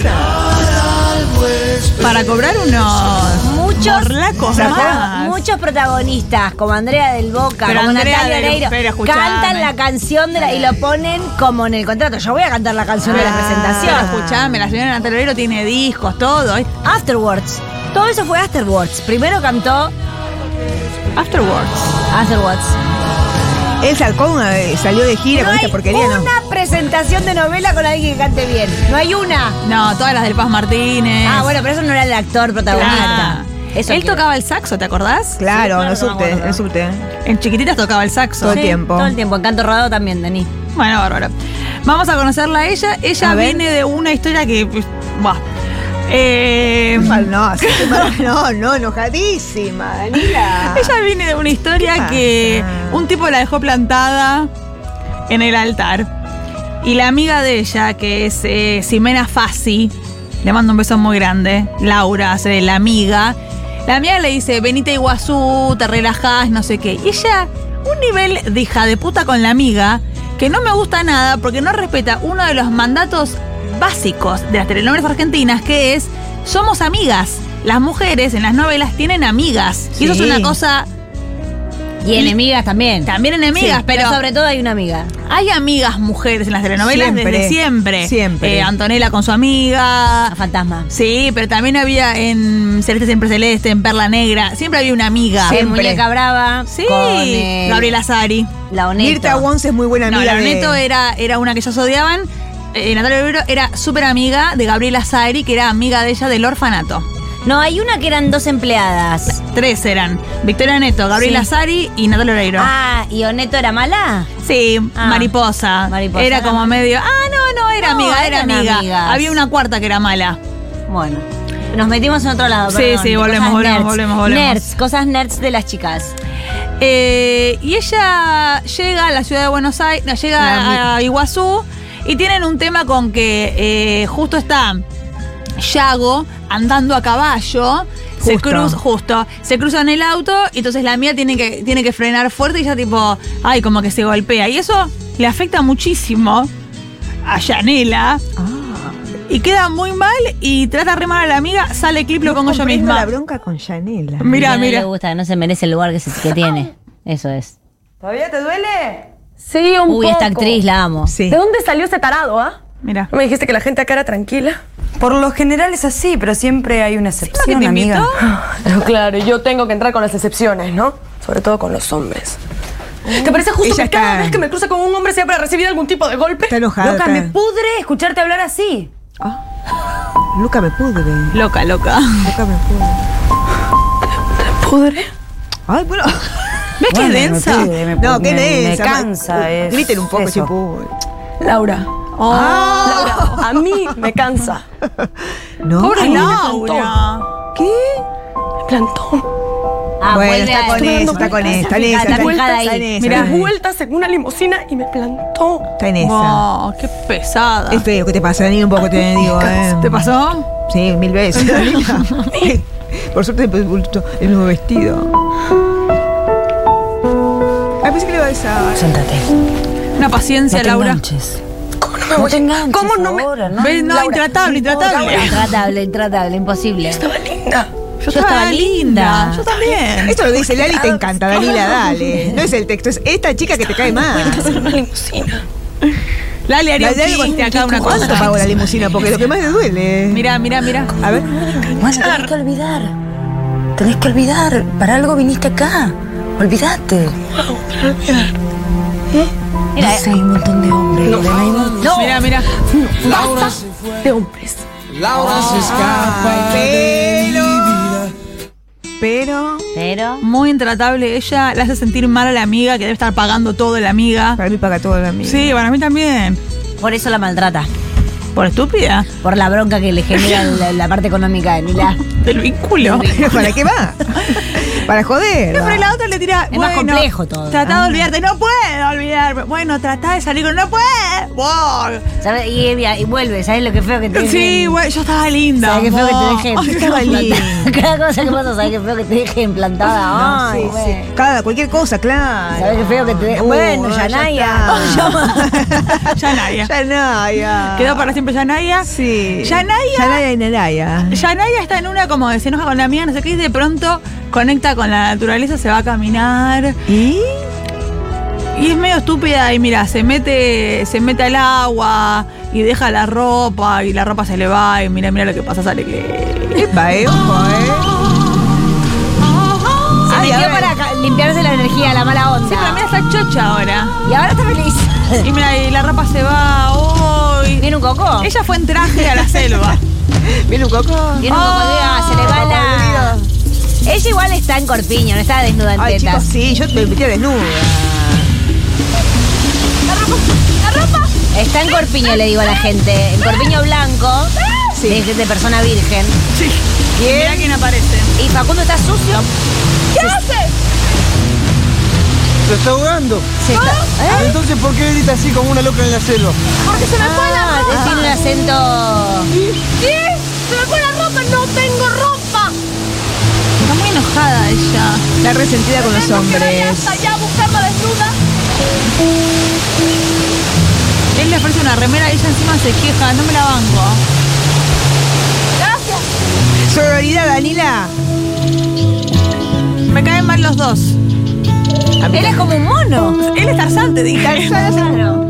[SPEAKER 3] Para cobrar unos.
[SPEAKER 2] Muchos,
[SPEAKER 3] Morlacos
[SPEAKER 2] Sacó-
[SPEAKER 3] más.
[SPEAKER 2] muchos protagonistas, como Andrea del Boca,
[SPEAKER 3] Pero
[SPEAKER 2] como
[SPEAKER 3] Andrea
[SPEAKER 2] Natalia
[SPEAKER 3] del-
[SPEAKER 2] Oreiro,
[SPEAKER 3] pero escuchame.
[SPEAKER 2] cantan la canción de la- y lo ponen como en el contrato. Yo voy a cantar la canción de la
[SPEAKER 4] Ah.
[SPEAKER 2] presentación.
[SPEAKER 3] Pero escuchame, la señora Natalia Oreiro tiene discos, todo. ¿eh?
[SPEAKER 2] Afterwards. Todo eso fue Afterwards. Primero cantó
[SPEAKER 3] Afterwards.
[SPEAKER 2] Afterwards.
[SPEAKER 4] El Salcón eh, salió de gira
[SPEAKER 2] No
[SPEAKER 4] con
[SPEAKER 2] hay
[SPEAKER 4] esta porquería, ¿no?
[SPEAKER 2] una presentación de novela con alguien que cante bien. No hay una.
[SPEAKER 3] No, todas las del Paz Martínez.
[SPEAKER 2] Ah, bueno, pero eso no era el actor protagonista.
[SPEAKER 3] Claro.
[SPEAKER 2] Eso
[SPEAKER 3] Él
[SPEAKER 2] quiero.
[SPEAKER 3] tocaba el saxo, ¿te acordás?
[SPEAKER 4] Claro,
[SPEAKER 2] Sí,
[SPEAKER 4] no
[SPEAKER 2] claro,
[SPEAKER 4] subte,
[SPEAKER 2] no me acuerdo.
[SPEAKER 4] no subte.
[SPEAKER 3] En chiquititas tocaba el saxo.
[SPEAKER 4] Todo el tiempo.
[SPEAKER 2] Todo el tiempo. En Canto Rodado también, Dani.
[SPEAKER 3] Bueno, bárbaro. Vamos a conocerla a ella. Ella
[SPEAKER 4] A ver.
[SPEAKER 3] viene de una historia que. pues, Buah. Eh,
[SPEAKER 4] Mal no, así que
[SPEAKER 3] (laughs)
[SPEAKER 4] mal no, no, enojadísima, Daniela.
[SPEAKER 3] Ella viene de una historia
[SPEAKER 4] ¿Qué
[SPEAKER 3] que
[SPEAKER 4] pasa?
[SPEAKER 3] un tipo la dejó plantada en el altar. Y la amiga de ella, que es eh, Ximena Fassi, le mando un beso muy grande. Laura hace de la amiga. La amiga le dice: Venite a Iguazú, te relajás, no sé qué. Y ella, un nivel de hija de puta con la amiga, que no me gusta nada porque no respeta uno de los mandatos básicos de las telenovelas argentinas, que es: somos amigas. Las mujeres en las novelas tienen amigas. Y eso es
[SPEAKER 4] Sí.
[SPEAKER 3] una cosa
[SPEAKER 2] Y enemigas también.
[SPEAKER 3] también enemigas,
[SPEAKER 2] Sí,
[SPEAKER 3] pero,
[SPEAKER 2] sobre todo hay una amiga.
[SPEAKER 3] hay amigas mujeres en las telenovelas
[SPEAKER 4] Siempre.
[SPEAKER 3] desde siempre.
[SPEAKER 4] Siempre.
[SPEAKER 3] Eh, Antonella con su amiga.
[SPEAKER 2] A Ah, fantasma.
[SPEAKER 3] Sí, pero también había en Celeste Siempre Celeste, en Perla Negra. Siempre había una amiga.
[SPEAKER 2] Sí,
[SPEAKER 4] Siempre.
[SPEAKER 2] Muñeca Brava.
[SPEAKER 3] Sí.
[SPEAKER 2] Con, eh,
[SPEAKER 3] Gabriela Sari.
[SPEAKER 2] La Oneto.
[SPEAKER 4] Mirta Wons es muy buena
[SPEAKER 3] No,
[SPEAKER 4] amiga.
[SPEAKER 3] la
[SPEAKER 4] de-
[SPEAKER 3] Neto era, era una que ellas odiaban. Eh, Natalia Oreiro era súper amiga de Gabriela Sari, que era amiga de ella del orfanato.
[SPEAKER 2] No, hay una que eran dos empleadas.
[SPEAKER 3] Tres eran. Victoria Neto, Gabriela
[SPEAKER 2] Sí.
[SPEAKER 3] Sari y Natalia Oreiro.
[SPEAKER 2] Ah, ¿y Oneto era mala?
[SPEAKER 3] Sí,
[SPEAKER 2] Ah.
[SPEAKER 3] mariposa.
[SPEAKER 2] Mariposa.
[SPEAKER 3] Era como medio. Ah, no, no, era
[SPEAKER 2] No,
[SPEAKER 3] amiga, era
[SPEAKER 2] eran
[SPEAKER 3] amiga.
[SPEAKER 2] amigas.
[SPEAKER 3] Había una cuarta que era mala.
[SPEAKER 2] Bueno. Nos metimos en otro lado.
[SPEAKER 3] Sí,
[SPEAKER 2] perdón.
[SPEAKER 3] sí,
[SPEAKER 2] De
[SPEAKER 3] volvemos,
[SPEAKER 2] cosas
[SPEAKER 3] volvemos,
[SPEAKER 2] nerds.
[SPEAKER 3] volvemos, volvemos.
[SPEAKER 2] Nerds, cosas nerds de las chicas.
[SPEAKER 3] Eh, y ella llega a la ciudad de Buenos Aires, no, llega
[SPEAKER 4] Ah,
[SPEAKER 3] a, a Iguazú y tienen un tema con que eh, justo está Yago andando a caballo. Se
[SPEAKER 4] Justo.
[SPEAKER 3] cruz, justo. Se cruzan el auto y entonces la mía tiene que, tiene que frenar fuerte y ya tipo, ay, como que se golpea. Y eso le afecta muchísimo a Yanela.
[SPEAKER 4] Ah.
[SPEAKER 3] Y queda muy mal y trata de remar a la amiga, sale clip, lo pongo yo
[SPEAKER 4] Comprendo
[SPEAKER 3] misma.
[SPEAKER 4] la bronca con Yanela.
[SPEAKER 3] Mira,
[SPEAKER 2] no
[SPEAKER 3] mira.
[SPEAKER 2] le gusta, no se merece el lugar que, se- que tiene. Eso es.
[SPEAKER 4] ¿Todavía te duele?
[SPEAKER 7] Sí, un
[SPEAKER 2] Uy, esta
[SPEAKER 7] poco.
[SPEAKER 2] actriz la amo.
[SPEAKER 4] Sí.
[SPEAKER 7] ¿De dónde salió ese tarado, ah?
[SPEAKER 3] Mira.
[SPEAKER 7] Me dijiste que la gente acá era tranquila.
[SPEAKER 8] Por lo general es así, pero siempre hay una excepción,
[SPEAKER 3] que te
[SPEAKER 8] amiga.
[SPEAKER 7] (laughs)
[SPEAKER 3] invitó?
[SPEAKER 7] Pero claro, yo tengo que entrar con las excepciones, ¿no? Sobre todo con los hombres. ¿Te parece justo
[SPEAKER 4] Ella
[SPEAKER 7] que cada
[SPEAKER 4] está-
[SPEAKER 7] vez que me cruza con un hombre sea para recibir algún tipo de golpe?
[SPEAKER 4] Está enojada.
[SPEAKER 8] Loca,
[SPEAKER 4] está-
[SPEAKER 8] me pudre escucharte hablar así.
[SPEAKER 4] Luca me pudre.
[SPEAKER 3] Loca, loca.
[SPEAKER 4] Luca me pudre.
[SPEAKER 7] ¿Pudre?
[SPEAKER 4] Ay, bueno.
[SPEAKER 3] (laughs) ¿Ves que es
[SPEAKER 8] Bueno, me
[SPEAKER 3] densa?
[SPEAKER 8] pudre, me
[SPEAKER 4] No,
[SPEAKER 8] pudre,
[SPEAKER 4] qué
[SPEAKER 8] me-
[SPEAKER 4] densa.
[SPEAKER 8] Me cansa. es-
[SPEAKER 4] Griten un poco,
[SPEAKER 8] eso.
[SPEAKER 4] chipú.
[SPEAKER 7] Laura. Laura, a mí me cansa.
[SPEAKER 4] No.
[SPEAKER 7] Pobre
[SPEAKER 4] Ay,
[SPEAKER 3] Laura.
[SPEAKER 4] ¿Qué?
[SPEAKER 7] Me plantó.
[SPEAKER 2] Ah,
[SPEAKER 4] bueno,
[SPEAKER 2] vuelve
[SPEAKER 4] está
[SPEAKER 2] a-
[SPEAKER 4] con eso,
[SPEAKER 7] dando
[SPEAKER 4] está con
[SPEAKER 7] vueltas,
[SPEAKER 4] eso, está en
[SPEAKER 2] fíjate,
[SPEAKER 4] esa. Está
[SPEAKER 2] vueltas
[SPEAKER 4] está
[SPEAKER 2] ahí.
[SPEAKER 4] en esa.
[SPEAKER 7] Mirá,
[SPEAKER 4] está en-
[SPEAKER 7] vueltas en una limusina y me plantó.
[SPEAKER 4] Está en esa.
[SPEAKER 3] Wow, qué pesada.
[SPEAKER 4] Es feo que te pasa, ni un
[SPEAKER 3] (laughs)
[SPEAKER 4] poco te digo, eh.
[SPEAKER 3] ¿Te pasó?
[SPEAKER 4] Sí, mil veces. Por suerte pues, bulto, el nuevo vestido. Ay, pensé que le iba a besar.
[SPEAKER 8] Siéntate.
[SPEAKER 3] Una paciencia, Laura.
[SPEAKER 7] ¿Cómo no me voy a enganchar? ¿Cómo no me.?
[SPEAKER 8] ahora, no?
[SPEAKER 3] ¿Ves? No,
[SPEAKER 7] Laura,
[SPEAKER 3] intratable, intratable.
[SPEAKER 2] Intratable, intratable, imposible.
[SPEAKER 7] Estaba linda.
[SPEAKER 3] Yo
[SPEAKER 2] estaba linda.
[SPEAKER 3] Yo también.
[SPEAKER 4] Esto lo dice Lali, te encanta, Dalila, dale. No es el texto, es esta chica que te cae más.
[SPEAKER 7] En una limusina.
[SPEAKER 3] Lali, haría un
[SPEAKER 4] Lali,
[SPEAKER 3] chiste acá una
[SPEAKER 4] ¿Cuánto
[SPEAKER 3] cosa.
[SPEAKER 4] pagó la limusina? Porque lo que más le duele.
[SPEAKER 3] Mirá, mirá, mirá.
[SPEAKER 4] A ver,
[SPEAKER 8] Bueno, tenés que olvidar. Tenés que olvidar. Para algo viniste acá. Olvídate.
[SPEAKER 2] Mira,
[SPEAKER 8] No sé, hay un montón de hombres. Lorena, hay un montón.
[SPEAKER 3] Mirá, mirá.
[SPEAKER 7] Basta de hombres.
[SPEAKER 6] Laura se escapa de mi vida.
[SPEAKER 4] pero
[SPEAKER 2] pero.
[SPEAKER 3] Muy intratable. Ella le hace sentir mal a la amiga que debe estar pagando todo la amiga.
[SPEAKER 4] para mí paga todo la mía.
[SPEAKER 3] Sí, para mí también.
[SPEAKER 2] Por eso la maltrata.
[SPEAKER 3] Por estúpida.
[SPEAKER 2] Por la bronca que le genera la, la parte económica de Nila.
[SPEAKER 3] Del vínculo.
[SPEAKER 4] Pero ¿Para qué va? Para joder.
[SPEAKER 3] Pero
[SPEAKER 4] va.
[SPEAKER 3] la otra le tira.
[SPEAKER 2] Es
[SPEAKER 3] bueno,
[SPEAKER 2] más complejo todo.
[SPEAKER 3] Tratá
[SPEAKER 2] Ah.
[SPEAKER 3] de olvidarte. No puedo olvidarme. Bueno, tratá de salir con. No puedo. Wow.
[SPEAKER 2] ¿Sabes? Y, y- y vuelve, ¿sabes lo que feo que te dejen?
[SPEAKER 3] Sí, güey, yo estaba linda.
[SPEAKER 2] ¿Sabes qué feo que te
[SPEAKER 3] wow.
[SPEAKER 2] dejen?
[SPEAKER 3] Ay, (laughs)
[SPEAKER 2] (laughs)
[SPEAKER 3] estaba linda.
[SPEAKER 2] Cada cosa que pasa, ¿sabes qué feo que te dejen plantada? Ay,
[SPEAKER 4] Sí,
[SPEAKER 2] güey.
[SPEAKER 4] sí. Cada, cualquier cosa, claro.
[SPEAKER 2] ¿Sabes qué feo que te dejen?
[SPEAKER 4] Uh,
[SPEAKER 2] bueno,
[SPEAKER 4] ya
[SPEAKER 2] Yanaya. (laughs)
[SPEAKER 4] está.
[SPEAKER 3] Yanaya.
[SPEAKER 4] Yanaya.
[SPEAKER 3] Quedó para siempre Yanaya.
[SPEAKER 4] Sí.
[SPEAKER 3] Yanaya.
[SPEAKER 4] Yanaya y Naraya.
[SPEAKER 3] Yanaya está en una como de se enoja con la mía, no sé qué, y de pronto conecta con la naturaleza, se va a caminar.
[SPEAKER 4] ¿Y?
[SPEAKER 3] Y es medio estúpida y mira, se mete, se mete al agua y deja la ropa y la ropa se le va y mira, mira lo que pasa, sale que.
[SPEAKER 4] Epa, eh, ojo, eh.
[SPEAKER 2] Se
[SPEAKER 4] Ay, a
[SPEAKER 2] metió
[SPEAKER 4] ver.
[SPEAKER 2] para ca- limpiarse la energía, la mala onda.
[SPEAKER 3] Sí, pero mira, está chocha ahora.
[SPEAKER 2] Y ahora está feliz.
[SPEAKER 3] (laughs) Y mira, y la ropa se va hoy.
[SPEAKER 2] ¿Viene un coco?
[SPEAKER 3] Ella fue en traje a la selva.
[SPEAKER 4] ¿Viene un coco?
[SPEAKER 2] Viene un coco, diga, se le va la. Ella igual está en corpiño, no está desnuda en
[SPEAKER 4] Ay, chicos,
[SPEAKER 2] tetas.
[SPEAKER 4] sí, yo me metía desnuda.
[SPEAKER 2] Está en corpiño, le digo a la gente. En corpiño blanco, de, de persona virgen.
[SPEAKER 3] Mira quién aparece.
[SPEAKER 2] Y Facundo está sucio.
[SPEAKER 6] Se está ahogando.
[SPEAKER 2] Se está- ¿Eh?
[SPEAKER 6] Entonces, ¿por qué grita así como una loca en la selva?
[SPEAKER 2] Ah, tiene un acento.
[SPEAKER 3] Está muy enojada ella.
[SPEAKER 4] Está resentida con los hombres.
[SPEAKER 3] Él le ofrece una remera y ella encima se queja, no me la banco.
[SPEAKER 4] Sororidad, Danila.
[SPEAKER 3] Me caen mal los dos.
[SPEAKER 2] Él es como un mono.
[SPEAKER 3] Él es Tarzán, te dije.
[SPEAKER 2] Claro.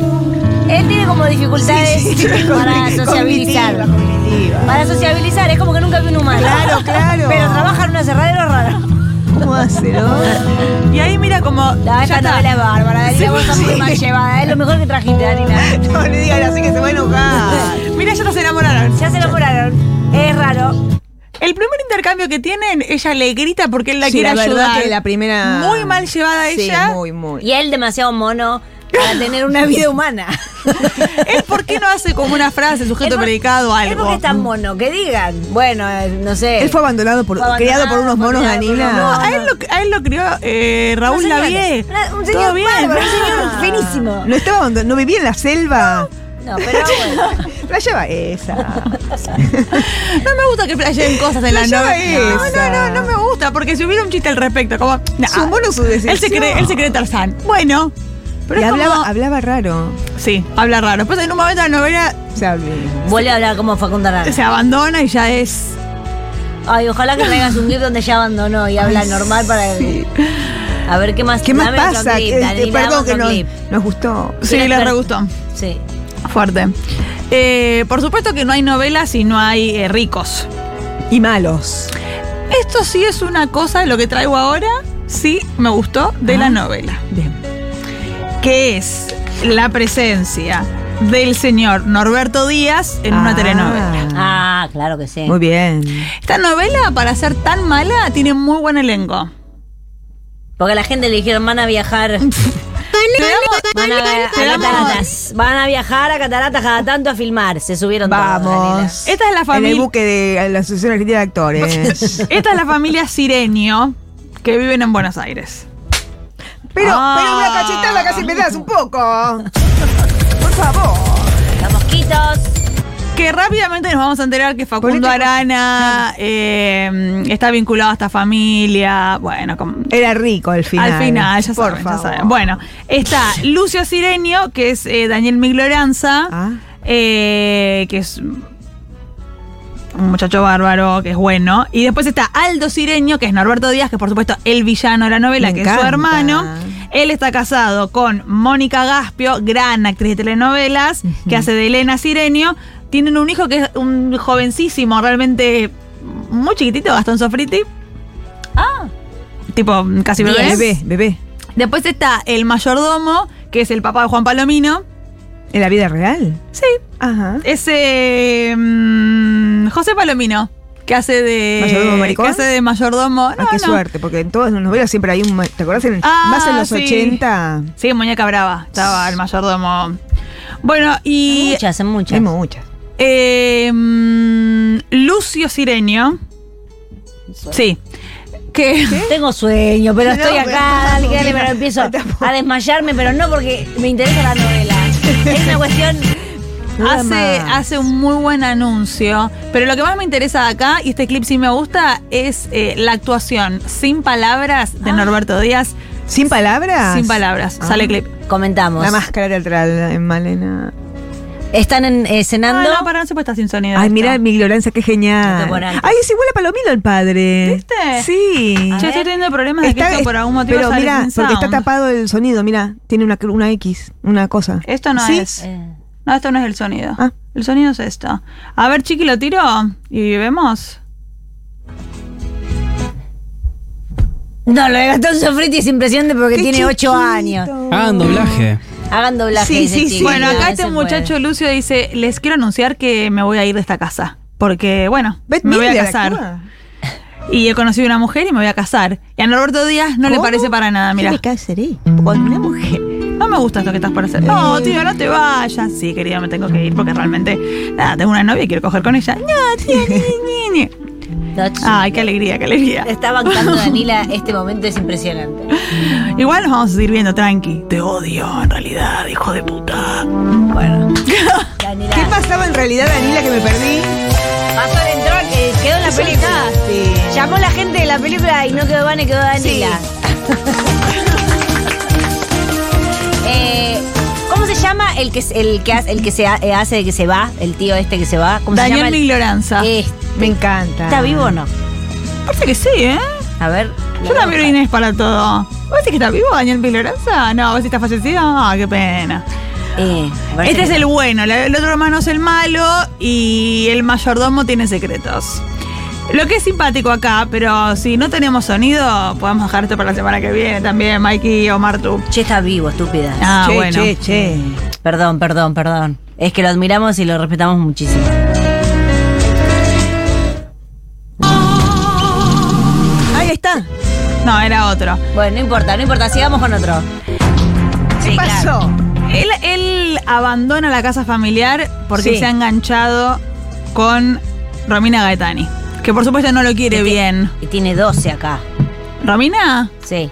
[SPEAKER 2] Él tiene como dificultades para sociabilizar.
[SPEAKER 4] Cognitiva, cognitiva.
[SPEAKER 2] Para sociabilizar, es como que nunca vi un humano.
[SPEAKER 4] Claro, claro.
[SPEAKER 2] Pero trabaja en un aserradero raro.
[SPEAKER 4] ¿Cómo hace, no?
[SPEAKER 3] Y ahí mira como.
[SPEAKER 2] La
[SPEAKER 3] ya
[SPEAKER 2] esta
[SPEAKER 3] está.
[SPEAKER 2] novela es bárbara, Dani,
[SPEAKER 4] Sí,
[SPEAKER 2] la vos estás muy
[SPEAKER 4] sí.
[SPEAKER 2] mal llevada. Es lo mejor que trajiste, Dani. (laughs)
[SPEAKER 4] No le digan así que se va a enojar.
[SPEAKER 3] Mira, ya se enamoraron.
[SPEAKER 2] Ya se enamoraron. Es raro.
[SPEAKER 3] El primer intercambio que tienen, ella le grita porque él la
[SPEAKER 4] Sí,
[SPEAKER 3] quiere
[SPEAKER 4] la verdad
[SPEAKER 3] ayudar.
[SPEAKER 4] que la primera-
[SPEAKER 3] Muy mal llevada
[SPEAKER 4] Sí,
[SPEAKER 3] ella.
[SPEAKER 4] muy, muy.
[SPEAKER 2] Y él demasiado mono (laughs) para tener una vida (laughs) humana.
[SPEAKER 3] Es por qué no hace como una frase, sujeto
[SPEAKER 2] Él por-
[SPEAKER 3] predicado,
[SPEAKER 2] Él
[SPEAKER 3] algo.
[SPEAKER 2] porque es tan mono. Que digan. Bueno, eh, no sé.
[SPEAKER 4] Él fue abandonado por,
[SPEAKER 2] Fue
[SPEAKER 4] criado por unos
[SPEAKER 2] abandonado,
[SPEAKER 4] monos,
[SPEAKER 2] criado por unos
[SPEAKER 4] Danila.
[SPEAKER 3] No, a él lo, a él lo crió eh, Raúl
[SPEAKER 2] Un señor,
[SPEAKER 3] Lavie.
[SPEAKER 2] una- Un
[SPEAKER 3] Todo
[SPEAKER 2] señor
[SPEAKER 3] bien.
[SPEAKER 2] bárbaro, un señor finísimo.
[SPEAKER 4] No estaba abandon- no vivía en la selva.
[SPEAKER 2] Ah. No, (laughs) pero bueno.
[SPEAKER 4] La lleva
[SPEAKER 2] (laughs)
[SPEAKER 4] esa.
[SPEAKER 3] No me gusta que flasheen cosas en la
[SPEAKER 4] No, ya
[SPEAKER 3] novela. No,
[SPEAKER 4] es.
[SPEAKER 3] no, no, no me gusta, porque si hubiera un chiste al respecto, como. nah,
[SPEAKER 4] Su mono, su decepción.
[SPEAKER 3] él se cree, él se cree Tarzán. Bueno. Pero
[SPEAKER 4] y
[SPEAKER 3] es
[SPEAKER 4] hablaba,
[SPEAKER 3] como-
[SPEAKER 4] hablaba raro.
[SPEAKER 3] Sí, habla raro. Después en un momento de la novela
[SPEAKER 4] O sea, hablé-
[SPEAKER 2] Vuelve a hablar como Facundo Arana.
[SPEAKER 3] se abandona y ya es.
[SPEAKER 2] Ay, ojalá que traigas un clip donde ya abandonó y habla normal para. (laughs) A ver qué más Eh,
[SPEAKER 4] ¿Qué más
[SPEAKER 2] dame otro
[SPEAKER 4] pasa?
[SPEAKER 2] clip,
[SPEAKER 4] Que-
[SPEAKER 2] Dalila, dame
[SPEAKER 4] perdón
[SPEAKER 2] otro
[SPEAKER 4] que no,
[SPEAKER 2] clip.
[SPEAKER 4] nos gustó.
[SPEAKER 3] Sí,
[SPEAKER 2] Tiene
[SPEAKER 3] le
[SPEAKER 2] per-
[SPEAKER 3] re gustó.
[SPEAKER 2] Sí.
[SPEAKER 3] Fuerte. Eh, por supuesto que no hay novelas y no hay eh, ricos.
[SPEAKER 4] Y malos.
[SPEAKER 3] Esto sí es una cosa, lo que traigo ahora, sí me gustó de la novela.
[SPEAKER 4] Bien.
[SPEAKER 3] que es la presencia del señor Norberto Díaz en una
[SPEAKER 4] Ah.
[SPEAKER 3] telenovela.
[SPEAKER 2] Ah, claro que sí.
[SPEAKER 4] Muy bien.
[SPEAKER 3] Esta novela, para ser tan mala, tiene muy buen elenco.
[SPEAKER 2] Porque a la gente le dijeron, van a (laughs) viajar.
[SPEAKER 3] Te damos-
[SPEAKER 2] Van a, a
[SPEAKER 3] te damos-
[SPEAKER 2] cataratas. Van a viajar a cataratas cada tanto a filmar. Se subieron todos. Daniela.
[SPEAKER 4] Vamos.
[SPEAKER 3] Esta es la
[SPEAKER 4] En el
[SPEAKER 3] familia.
[SPEAKER 4] buque de la Asociación Argentina
[SPEAKER 3] (laughs)
[SPEAKER 4] de Actores.
[SPEAKER 3] Esta es la familia Sirenio que viven en Buenos Aires.
[SPEAKER 4] Pero,
[SPEAKER 3] Ah.
[SPEAKER 4] pero una cachetada casi me das un poco. Por favor.
[SPEAKER 2] Los mosquitos.
[SPEAKER 3] Que rápidamente nos vamos a enterar que Facundo
[SPEAKER 4] Político.
[SPEAKER 3] Arana eh, está vinculado a esta familia. Bueno, con-
[SPEAKER 4] Era rico al final.
[SPEAKER 3] al final, ya
[SPEAKER 4] Por
[SPEAKER 3] saben, ya
[SPEAKER 4] favor.
[SPEAKER 3] saben. Bueno, está Lucio Sirenio, que es eh, Daniel Migloranza,
[SPEAKER 4] Ah.
[SPEAKER 3] eh, que es un muchacho bárbaro, que es bueno. Y después está Aldo Sirenio, que es Norberto Díaz, que es, por supuesto el villano de la novela,
[SPEAKER 4] Me
[SPEAKER 3] que es su
[SPEAKER 4] encanta.
[SPEAKER 3] hermano. Él está casado con Mónica Gaspio, gran actriz de telenovelas, que hace de Elena Sirenio. Tienen un hijo que es un jovencísimo, realmente muy chiquitito, Gastón Sofriti. Ah. Tipo, casi bebé.
[SPEAKER 4] Bebé, bebé.
[SPEAKER 3] Después está el mayordomo, que es el papá de Juan Palomino.
[SPEAKER 4] ¿En la vida real?
[SPEAKER 3] Sí.
[SPEAKER 4] Ajá.
[SPEAKER 3] Es eh, mm, José Palomino, que hace de.
[SPEAKER 4] ¿Mayordomo maricón?
[SPEAKER 3] Que hace de mayordomo.
[SPEAKER 4] Ah,
[SPEAKER 3] No,
[SPEAKER 4] qué
[SPEAKER 3] no.
[SPEAKER 4] suerte, porque en todas las novelas siempre hay un. ma- ¿Te acordás? En-
[SPEAKER 3] Ah,
[SPEAKER 4] más en los
[SPEAKER 3] sí.
[SPEAKER 4] 80.
[SPEAKER 3] Sí, muñeca brava. Estaba el mayordomo. Bueno, y.
[SPEAKER 2] Muchas, en muchas.
[SPEAKER 4] Hay muchas.
[SPEAKER 3] eh, mm, Lucio Sirenio. Sí. Que.
[SPEAKER 2] Tengo sueño, pero
[SPEAKER 4] No,
[SPEAKER 2] estoy
[SPEAKER 4] pero
[SPEAKER 2] acá, dale, que dale,
[SPEAKER 4] Mira,
[SPEAKER 2] pero empiezo
[SPEAKER 4] tampoco.
[SPEAKER 2] a desmayarme, pero no porque me interesa la novela. Es una cuestión.
[SPEAKER 3] (laughs)
[SPEAKER 4] No da
[SPEAKER 3] Hace,
[SPEAKER 4] más.
[SPEAKER 3] hace un muy buen anuncio, pero lo que más me interesa de acá, y este clip sí me gusta, es eh, la actuación sin palabras de Norberto Díaz.
[SPEAKER 4] ¿Sin palabras?
[SPEAKER 3] Sin palabras,
[SPEAKER 4] Ah.
[SPEAKER 3] sale clip.
[SPEAKER 2] Comentamos.
[SPEAKER 4] La máscara teatral en Malena.
[SPEAKER 2] Están en, eh, cenando.
[SPEAKER 3] Ah, no, para no se puede estar sin sonido.
[SPEAKER 4] Ay,
[SPEAKER 3] esto.
[SPEAKER 4] mira mi ignorancia, qué
[SPEAKER 2] No
[SPEAKER 4] genial.
[SPEAKER 2] te pones.
[SPEAKER 4] Ay, es igual a Palomino el padre.
[SPEAKER 3] ¿Viste? Ah.
[SPEAKER 4] Sí.
[SPEAKER 3] Che,
[SPEAKER 2] ver.
[SPEAKER 3] estoy teniendo problemas de que esto por algún motivo
[SPEAKER 4] pero
[SPEAKER 3] sale
[SPEAKER 4] mira,
[SPEAKER 3] sin
[SPEAKER 4] porque está
[SPEAKER 3] sound.
[SPEAKER 4] tapado el sonido, mira, tiene una, una X, una cosa.
[SPEAKER 3] Esto no
[SPEAKER 4] ¿Sí?
[SPEAKER 3] es.
[SPEAKER 2] Eh,
[SPEAKER 3] No, esto no es el sonido.
[SPEAKER 4] Ah.
[SPEAKER 3] El sonido es esto. A ver, chiqui, lo tiro y vemos.
[SPEAKER 2] No, lo de Gastón Sofriti es impresionante porque
[SPEAKER 4] Qué
[SPEAKER 2] tiene ocho
[SPEAKER 4] chiquito.
[SPEAKER 2] años.
[SPEAKER 6] Ah, en doblaje.
[SPEAKER 2] Hagan doblaje.
[SPEAKER 4] Sí,
[SPEAKER 2] dice
[SPEAKER 4] sí,
[SPEAKER 2] Chiqui,
[SPEAKER 4] sí.
[SPEAKER 3] Bueno,
[SPEAKER 2] no,
[SPEAKER 3] acá
[SPEAKER 2] no
[SPEAKER 3] este
[SPEAKER 2] se
[SPEAKER 3] muchacho
[SPEAKER 2] puede.
[SPEAKER 3] Lucio dice, les quiero anunciar que me voy a ir de esta casa. Porque, bueno,
[SPEAKER 4] Beth
[SPEAKER 3] me voy a
[SPEAKER 4] Midler
[SPEAKER 3] casar.
[SPEAKER 4] actúa.
[SPEAKER 3] Y he conocido una mujer y me voy a casar. Y a Norberto Díaz no le
[SPEAKER 4] ¿Cómo?
[SPEAKER 3] parece para nada, mira.
[SPEAKER 4] Yo me casaré con una mujer.
[SPEAKER 3] No me gusta esto que estás por hacer. No, tío, no te vayas. Sí, querida, me tengo que ir porque realmente, nada, tengo una novia y quiero coger con ella. No, tío, ni, ni, ni.
[SPEAKER 2] No, Chiqui.
[SPEAKER 4] Ah.
[SPEAKER 3] Ay, qué alegría, qué alegría.
[SPEAKER 2] Está
[SPEAKER 4] (laughs)
[SPEAKER 2] bancando Danila este momento, es impresionante.
[SPEAKER 3] Igual nos vamos a seguir viendo, tranqui. Te odio, en realidad, hijo de puta. Bueno.
[SPEAKER 2] Danila.
[SPEAKER 4] ¿Qué pasaba en realidad, Danila, que me perdí?
[SPEAKER 2] Pasó el entrón que quedó en la película. Llamó la gente de la película y no quedó Vane, quedó Danila. (laughs) Eh, ¿Cómo se llama el que, el que, hace- el que se ha- eh, hace de que se va? El tío este que se va. ¿Cómo se llama?
[SPEAKER 3] Daniel
[SPEAKER 2] el-
[SPEAKER 3] Migloranza.
[SPEAKER 2] Eh,
[SPEAKER 4] Me encanta.
[SPEAKER 2] ¿Está vivo o no?
[SPEAKER 3] Parece que sí, ¿eh?
[SPEAKER 2] A ver.
[SPEAKER 3] Yo la veo Inés para todo. ¿Vos decís que está vivo Daniel Migloranza? No, ¿vos decís que está fallecido? Ah, qué pena.
[SPEAKER 2] Eh, me parece
[SPEAKER 3] Este es
[SPEAKER 2] que-
[SPEAKER 3] el bueno, la- el otro hermano es el malo y el mayordomo tiene secretos. Lo que es simpático acá, pero si no tenemos sonido, podemos dejar esto para la semana que viene también, Mikey o Martu.
[SPEAKER 2] Che, está vivo, estúpida.
[SPEAKER 3] Ah,
[SPEAKER 4] che,
[SPEAKER 3] bueno.
[SPEAKER 4] che, che.
[SPEAKER 2] Perdón, perdón, perdón. Es que lo admiramos y lo respetamos muchísimo.
[SPEAKER 4] Ahí está.
[SPEAKER 3] No, era otro.
[SPEAKER 2] Bueno, no importa, no importa, sigamos con otro.
[SPEAKER 4] ¿Qué
[SPEAKER 2] Sí, claro.
[SPEAKER 4] pasó?
[SPEAKER 3] Él, él abandona la casa familiar porque
[SPEAKER 2] Sí.
[SPEAKER 3] se ha enganchado con Romina Gaetani, que por supuesto no lo quiere bien.
[SPEAKER 2] Y tiene 12 acá.
[SPEAKER 3] ¿Romina?
[SPEAKER 2] Sí.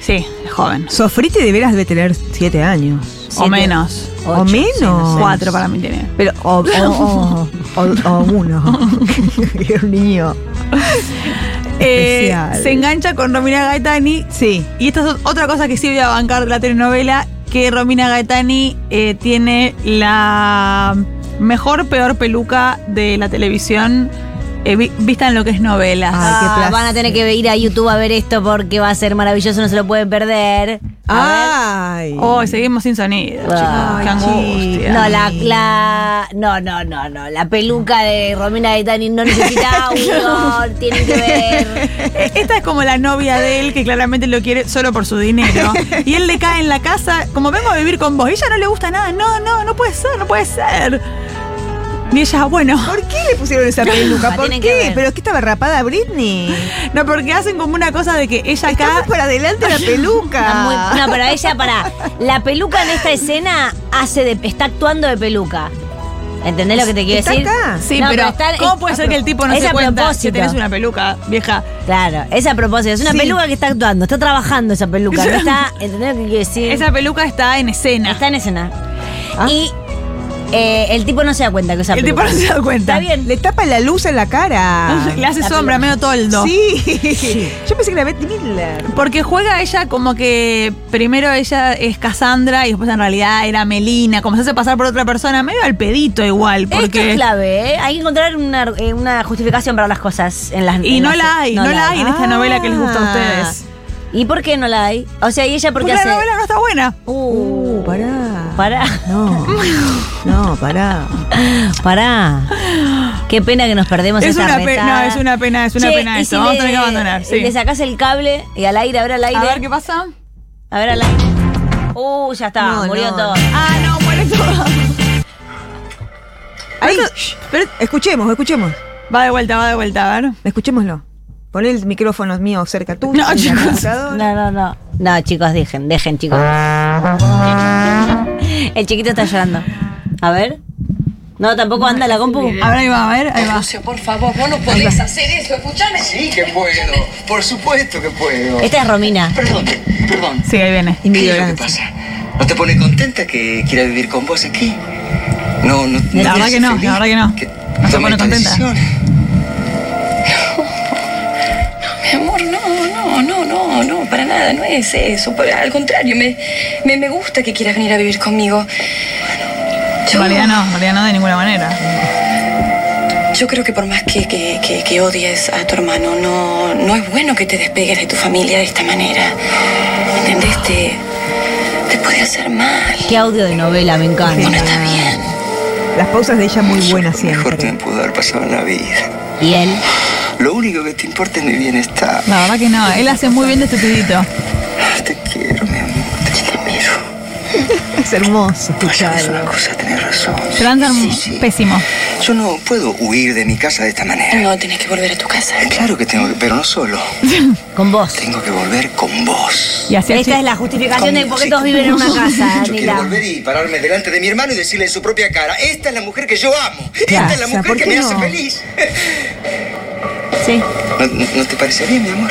[SPEAKER 3] Sí, es joven.
[SPEAKER 4] Sofriti de veras debe tener siete años.
[SPEAKER 3] o
[SPEAKER 2] Siete,
[SPEAKER 3] menos.
[SPEAKER 4] o
[SPEAKER 2] ocho, sí,
[SPEAKER 4] menos.
[SPEAKER 2] no sé.
[SPEAKER 3] Cuatro para mí tiene.
[SPEAKER 4] Pero, o, o, o, o- o (laughs) uno. Era un niño.
[SPEAKER 3] Eh,
[SPEAKER 4] Especial.
[SPEAKER 3] se engancha con Romina Gaetani
[SPEAKER 4] Sí.
[SPEAKER 3] Y esta es otra cosa que sí voy a bancar de la telenovela, que Romina Gaetani eh, tiene la mejor, peor peluca de la televisión eh, vi- vistan lo que es novelas.
[SPEAKER 4] Ay, qué
[SPEAKER 2] Ah,
[SPEAKER 4] placer.
[SPEAKER 2] van a tener que ir a YouTube a ver esto porque va a ser maravilloso, no se lo pueden perder. A
[SPEAKER 4] Ay.
[SPEAKER 3] Hoy seguimos sin sonido, chicos.
[SPEAKER 2] Ay,
[SPEAKER 3] Ah, Qué angustia.
[SPEAKER 2] ver. No, la, la. No, no, no, no. La peluca de Romina de Tani no
[SPEAKER 3] (laughs)
[SPEAKER 2] necesita audio, tienen que ver.
[SPEAKER 3] Eh, Esta es como la novia de él que claramente lo quiere solo por su
[SPEAKER 4] (laughs)
[SPEAKER 3] dinero. Y él le cae en la casa, como vengo a vivir con vos. Ella no le gusta nada. No, no, no puede ser, no puede ser. Y ella, bueno.
[SPEAKER 4] ¿Por qué le pusieron (laughs) esa peluca? ¿Por
[SPEAKER 2] Tienen que
[SPEAKER 4] qué?
[SPEAKER 2] ver.
[SPEAKER 4] ¿Pero es que estaba rapada Britney?
[SPEAKER 3] No, porque hacen como una cosa de que ella
[SPEAKER 4] Está
[SPEAKER 3] acá.
[SPEAKER 4] muy por adelante (laughs) la peluca.
[SPEAKER 2] Está
[SPEAKER 3] Ah.
[SPEAKER 2] muy- no, pero ella, para. La peluca en esta escena hace de, está actuando de peluca. ¿Entendés lo que te quiero
[SPEAKER 4] Está
[SPEAKER 2] decir?
[SPEAKER 4] acá.
[SPEAKER 3] Sí,
[SPEAKER 2] No,
[SPEAKER 3] pero,
[SPEAKER 2] está-
[SPEAKER 3] ¿cómo puede ser que el tipo no
[SPEAKER 2] es
[SPEAKER 3] se
[SPEAKER 2] a
[SPEAKER 3] cuenta que
[SPEAKER 2] propósito.
[SPEAKER 3] tenés una peluca, vieja?
[SPEAKER 2] Claro, es a propósito. Es una
[SPEAKER 4] Sí.
[SPEAKER 2] peluca que está actuando, está trabajando esa peluca.
[SPEAKER 3] (laughs)
[SPEAKER 2] No está, ¿Entendés lo que quiero decir?
[SPEAKER 3] Esa peluca está en escena.
[SPEAKER 2] Está en escena. Y eh, el tipo no se da cuenta que usa
[SPEAKER 3] el tipo
[SPEAKER 2] peluca.
[SPEAKER 3] no se da cuenta.
[SPEAKER 2] Está bien.
[SPEAKER 4] Le tapa la luz en la (laughs) cara.
[SPEAKER 3] (laughs) Le hace
[SPEAKER 2] La
[SPEAKER 3] sombra, medio toldo.
[SPEAKER 4] Sí. Yo pensé que era Betty Miller.
[SPEAKER 3] Porque juega ella como que primero ella es Cassandra y después en realidad era Melina, como se hace pasar por otra persona, medio al pedito igual,
[SPEAKER 2] Esto es
[SPEAKER 3] porque
[SPEAKER 2] clave, ¿eh? Hay que encontrar una, eh, una justificación para las cosas en las
[SPEAKER 3] y
[SPEAKER 2] en
[SPEAKER 3] no
[SPEAKER 2] las-
[SPEAKER 3] la hay, no, la hay en esta
[SPEAKER 4] Ah.
[SPEAKER 3] novela que les gusta a ustedes.
[SPEAKER 2] ¿Y por qué no la hay? O sea, ¿y ella por qué
[SPEAKER 3] Porque
[SPEAKER 2] hace...?
[SPEAKER 3] la novela no está buena.
[SPEAKER 2] Uh,
[SPEAKER 4] Uh, pará.
[SPEAKER 2] pará, (laughs)
[SPEAKER 4] No. No, pará.
[SPEAKER 2] pará. Qué pena que nos perdemos
[SPEAKER 3] Es
[SPEAKER 2] esta
[SPEAKER 3] una, pe- no,
[SPEAKER 2] retada.
[SPEAKER 3] es una pena, es una
[SPEAKER 2] Che,
[SPEAKER 3] pena
[SPEAKER 2] y si
[SPEAKER 3] esto. Vamos a
[SPEAKER 2] le-
[SPEAKER 3] tener que abandonar. sí.
[SPEAKER 2] Le sacás el cable y al aire, a ver al aire.
[SPEAKER 3] A ver qué pasa.
[SPEAKER 2] A ver al aire. Uh, ya está,
[SPEAKER 4] No,
[SPEAKER 2] murió
[SPEAKER 4] no.
[SPEAKER 2] todo.
[SPEAKER 3] Ah, no, muere todo.
[SPEAKER 4] Ahí.
[SPEAKER 3] Esto- pero-
[SPEAKER 4] Escuchemos, escuchemos.
[SPEAKER 3] va de vuelta, va de vuelta, a ver.
[SPEAKER 4] Escuchémoslo. Pon el micrófono mío cerca tú.
[SPEAKER 3] No, chicos.
[SPEAKER 2] No, no, no. No, chicos, dejen, dejen, (laughs) chicos. El chiquito está llorando. A ver. No, tampoco anda la compu.
[SPEAKER 3] A ver, ahí va, a ver, ahí va.
[SPEAKER 9] por favor, vos no podés hacer eso, escuchame.
[SPEAKER 6] Sí que puedo, por supuesto que puedo.
[SPEAKER 2] Esta es Romina.
[SPEAKER 9] Perdón, perdón.
[SPEAKER 3] Sí, ahí viene.
[SPEAKER 9] ¿Qué es lo que pasa? ¿No te pone contenta que quiera vivir con vos aquí? No, no.
[SPEAKER 3] La verdad que no, la verdad que no. No se pone contenta.
[SPEAKER 9] Mi amor, no, no, no, no, no, para nada, no es eso. para- al contrario, me, me, me gusta que quieras venir a vivir conmigo.
[SPEAKER 3] En realidad no, en realidad no de ninguna manera.
[SPEAKER 9] Yo creo que por más que, que- que- que odies a tu hermano, no, no es bueno que te despegues de tu familia de esta manera. ¿Entendés? Te, te puede hacer mal.
[SPEAKER 2] Qué audio de novela, me
[SPEAKER 9] No, no
[SPEAKER 2] encanta.
[SPEAKER 9] está bien.
[SPEAKER 4] Las pausas de ella muy buenas
[SPEAKER 6] Mejor que me
[SPEAKER 4] siempre.
[SPEAKER 6] pudo haber pasado en la vida.
[SPEAKER 2] Y él.
[SPEAKER 6] Lo único que te importa es mi bienestar.
[SPEAKER 3] La verdad que no, él hace muy bien de estupidito.
[SPEAKER 6] Te quiero, mi amor.
[SPEAKER 9] Te miro.
[SPEAKER 4] Es hermoso
[SPEAKER 6] No sabes una
[SPEAKER 4] escucharlo.
[SPEAKER 6] cosa, tenés razón.
[SPEAKER 3] Transan
[SPEAKER 6] Sí, sí.
[SPEAKER 3] pésimo.
[SPEAKER 6] Yo no puedo huir de mi casa de esta manera. Eh,
[SPEAKER 9] No, tenés que volver a tu casa.
[SPEAKER 6] Claro que tengo que, pero no solo.
[SPEAKER 2] Con vos.
[SPEAKER 6] Tengo que volver con vos.
[SPEAKER 3] Y así
[SPEAKER 2] Esta es la justificación de por qué todos viven en una
[SPEAKER 4] Ah,
[SPEAKER 2] casa,
[SPEAKER 6] Yo quiero
[SPEAKER 2] Anita.
[SPEAKER 6] volver y pararme delante de mi hermano y decirle en su propia cara, esta es la mujer que yo amo. Esta es la
[SPEAKER 4] Plaza,
[SPEAKER 6] mujer
[SPEAKER 4] ¿por
[SPEAKER 6] que
[SPEAKER 4] qué
[SPEAKER 6] me
[SPEAKER 4] no?
[SPEAKER 6] hace feliz.
[SPEAKER 2] Sí.
[SPEAKER 6] ¿No, no te parecería, mi amor?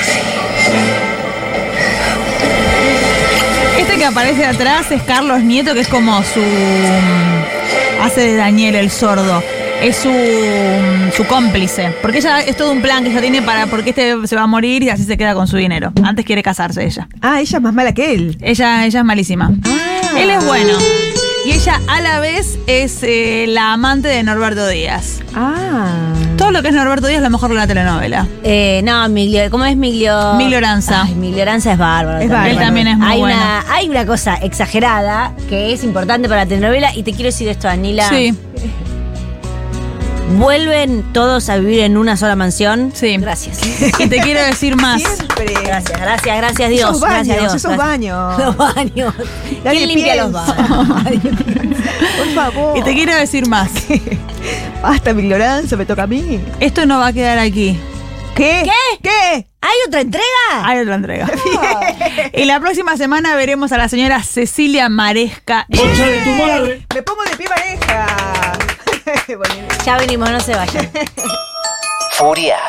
[SPEAKER 3] Este que aparece atrás es Carlos Nieto, que es como su. mm, hace de Daniel el sordo. Es su, mm, su cómplice. Porque ella es todo un plan que ella tiene para. porque este se va a morir y así se queda con su dinero. Antes quiere casarse ella.
[SPEAKER 4] Ah, ella es más mala que él.
[SPEAKER 3] Ella, ella es malísima.
[SPEAKER 4] Ah.
[SPEAKER 3] Él es bueno. Y ella a la vez es eh, la amante de Norberto Díaz.
[SPEAKER 4] Ah.
[SPEAKER 3] Todo lo que es Norberto Díaz es lo mejor de la telenovela.
[SPEAKER 2] Eh, no, Miglio, ¿cómo es Miglio?
[SPEAKER 3] Miglio Oranza.
[SPEAKER 2] Ay, Miglio Oranza es bárbaro.
[SPEAKER 4] Es bárbaro. Él
[SPEAKER 3] también es muy
[SPEAKER 2] hay
[SPEAKER 3] bueno.
[SPEAKER 2] Una, hay una cosa exagerada que es importante para la telenovela y te quiero decir esto, Anila.
[SPEAKER 3] Sí.
[SPEAKER 2] ¿Vuelven todos a vivir en una sola mansión?
[SPEAKER 3] Sí.
[SPEAKER 2] Gracias.
[SPEAKER 3] Y te quiero decir
[SPEAKER 4] (laughs)
[SPEAKER 3] más.
[SPEAKER 4] Ah, Siempre.
[SPEAKER 2] Gracias, gracias, gracias Dios.
[SPEAKER 4] Esos
[SPEAKER 2] gracias
[SPEAKER 4] baños,
[SPEAKER 2] Dios.
[SPEAKER 4] esos
[SPEAKER 2] gracias.
[SPEAKER 4] baños.
[SPEAKER 2] Los baños.
[SPEAKER 4] Nadie
[SPEAKER 2] ¿Quién limpia los
[SPEAKER 4] piensa.
[SPEAKER 2] baños?
[SPEAKER 4] (laughs) Por favor.
[SPEAKER 3] Y te quiero decir
[SPEAKER 4] (laughs)
[SPEAKER 3] más.
[SPEAKER 4] Basta mi ignorancia, me toca a mí.
[SPEAKER 3] Esto no va a quedar aquí.
[SPEAKER 4] ¿Qué?
[SPEAKER 2] ¿Qué?
[SPEAKER 4] ¿Qué?
[SPEAKER 2] ¿Hay otra entrega?
[SPEAKER 3] Hay otra entrega. (laughs) Y la próxima semana veremos a la señora Cecilia Maresca.
[SPEAKER 4] Me pongo de pie pareja. (laughs) Bueno.
[SPEAKER 2] Ya venimos, no se vayan.
[SPEAKER 1] Furia.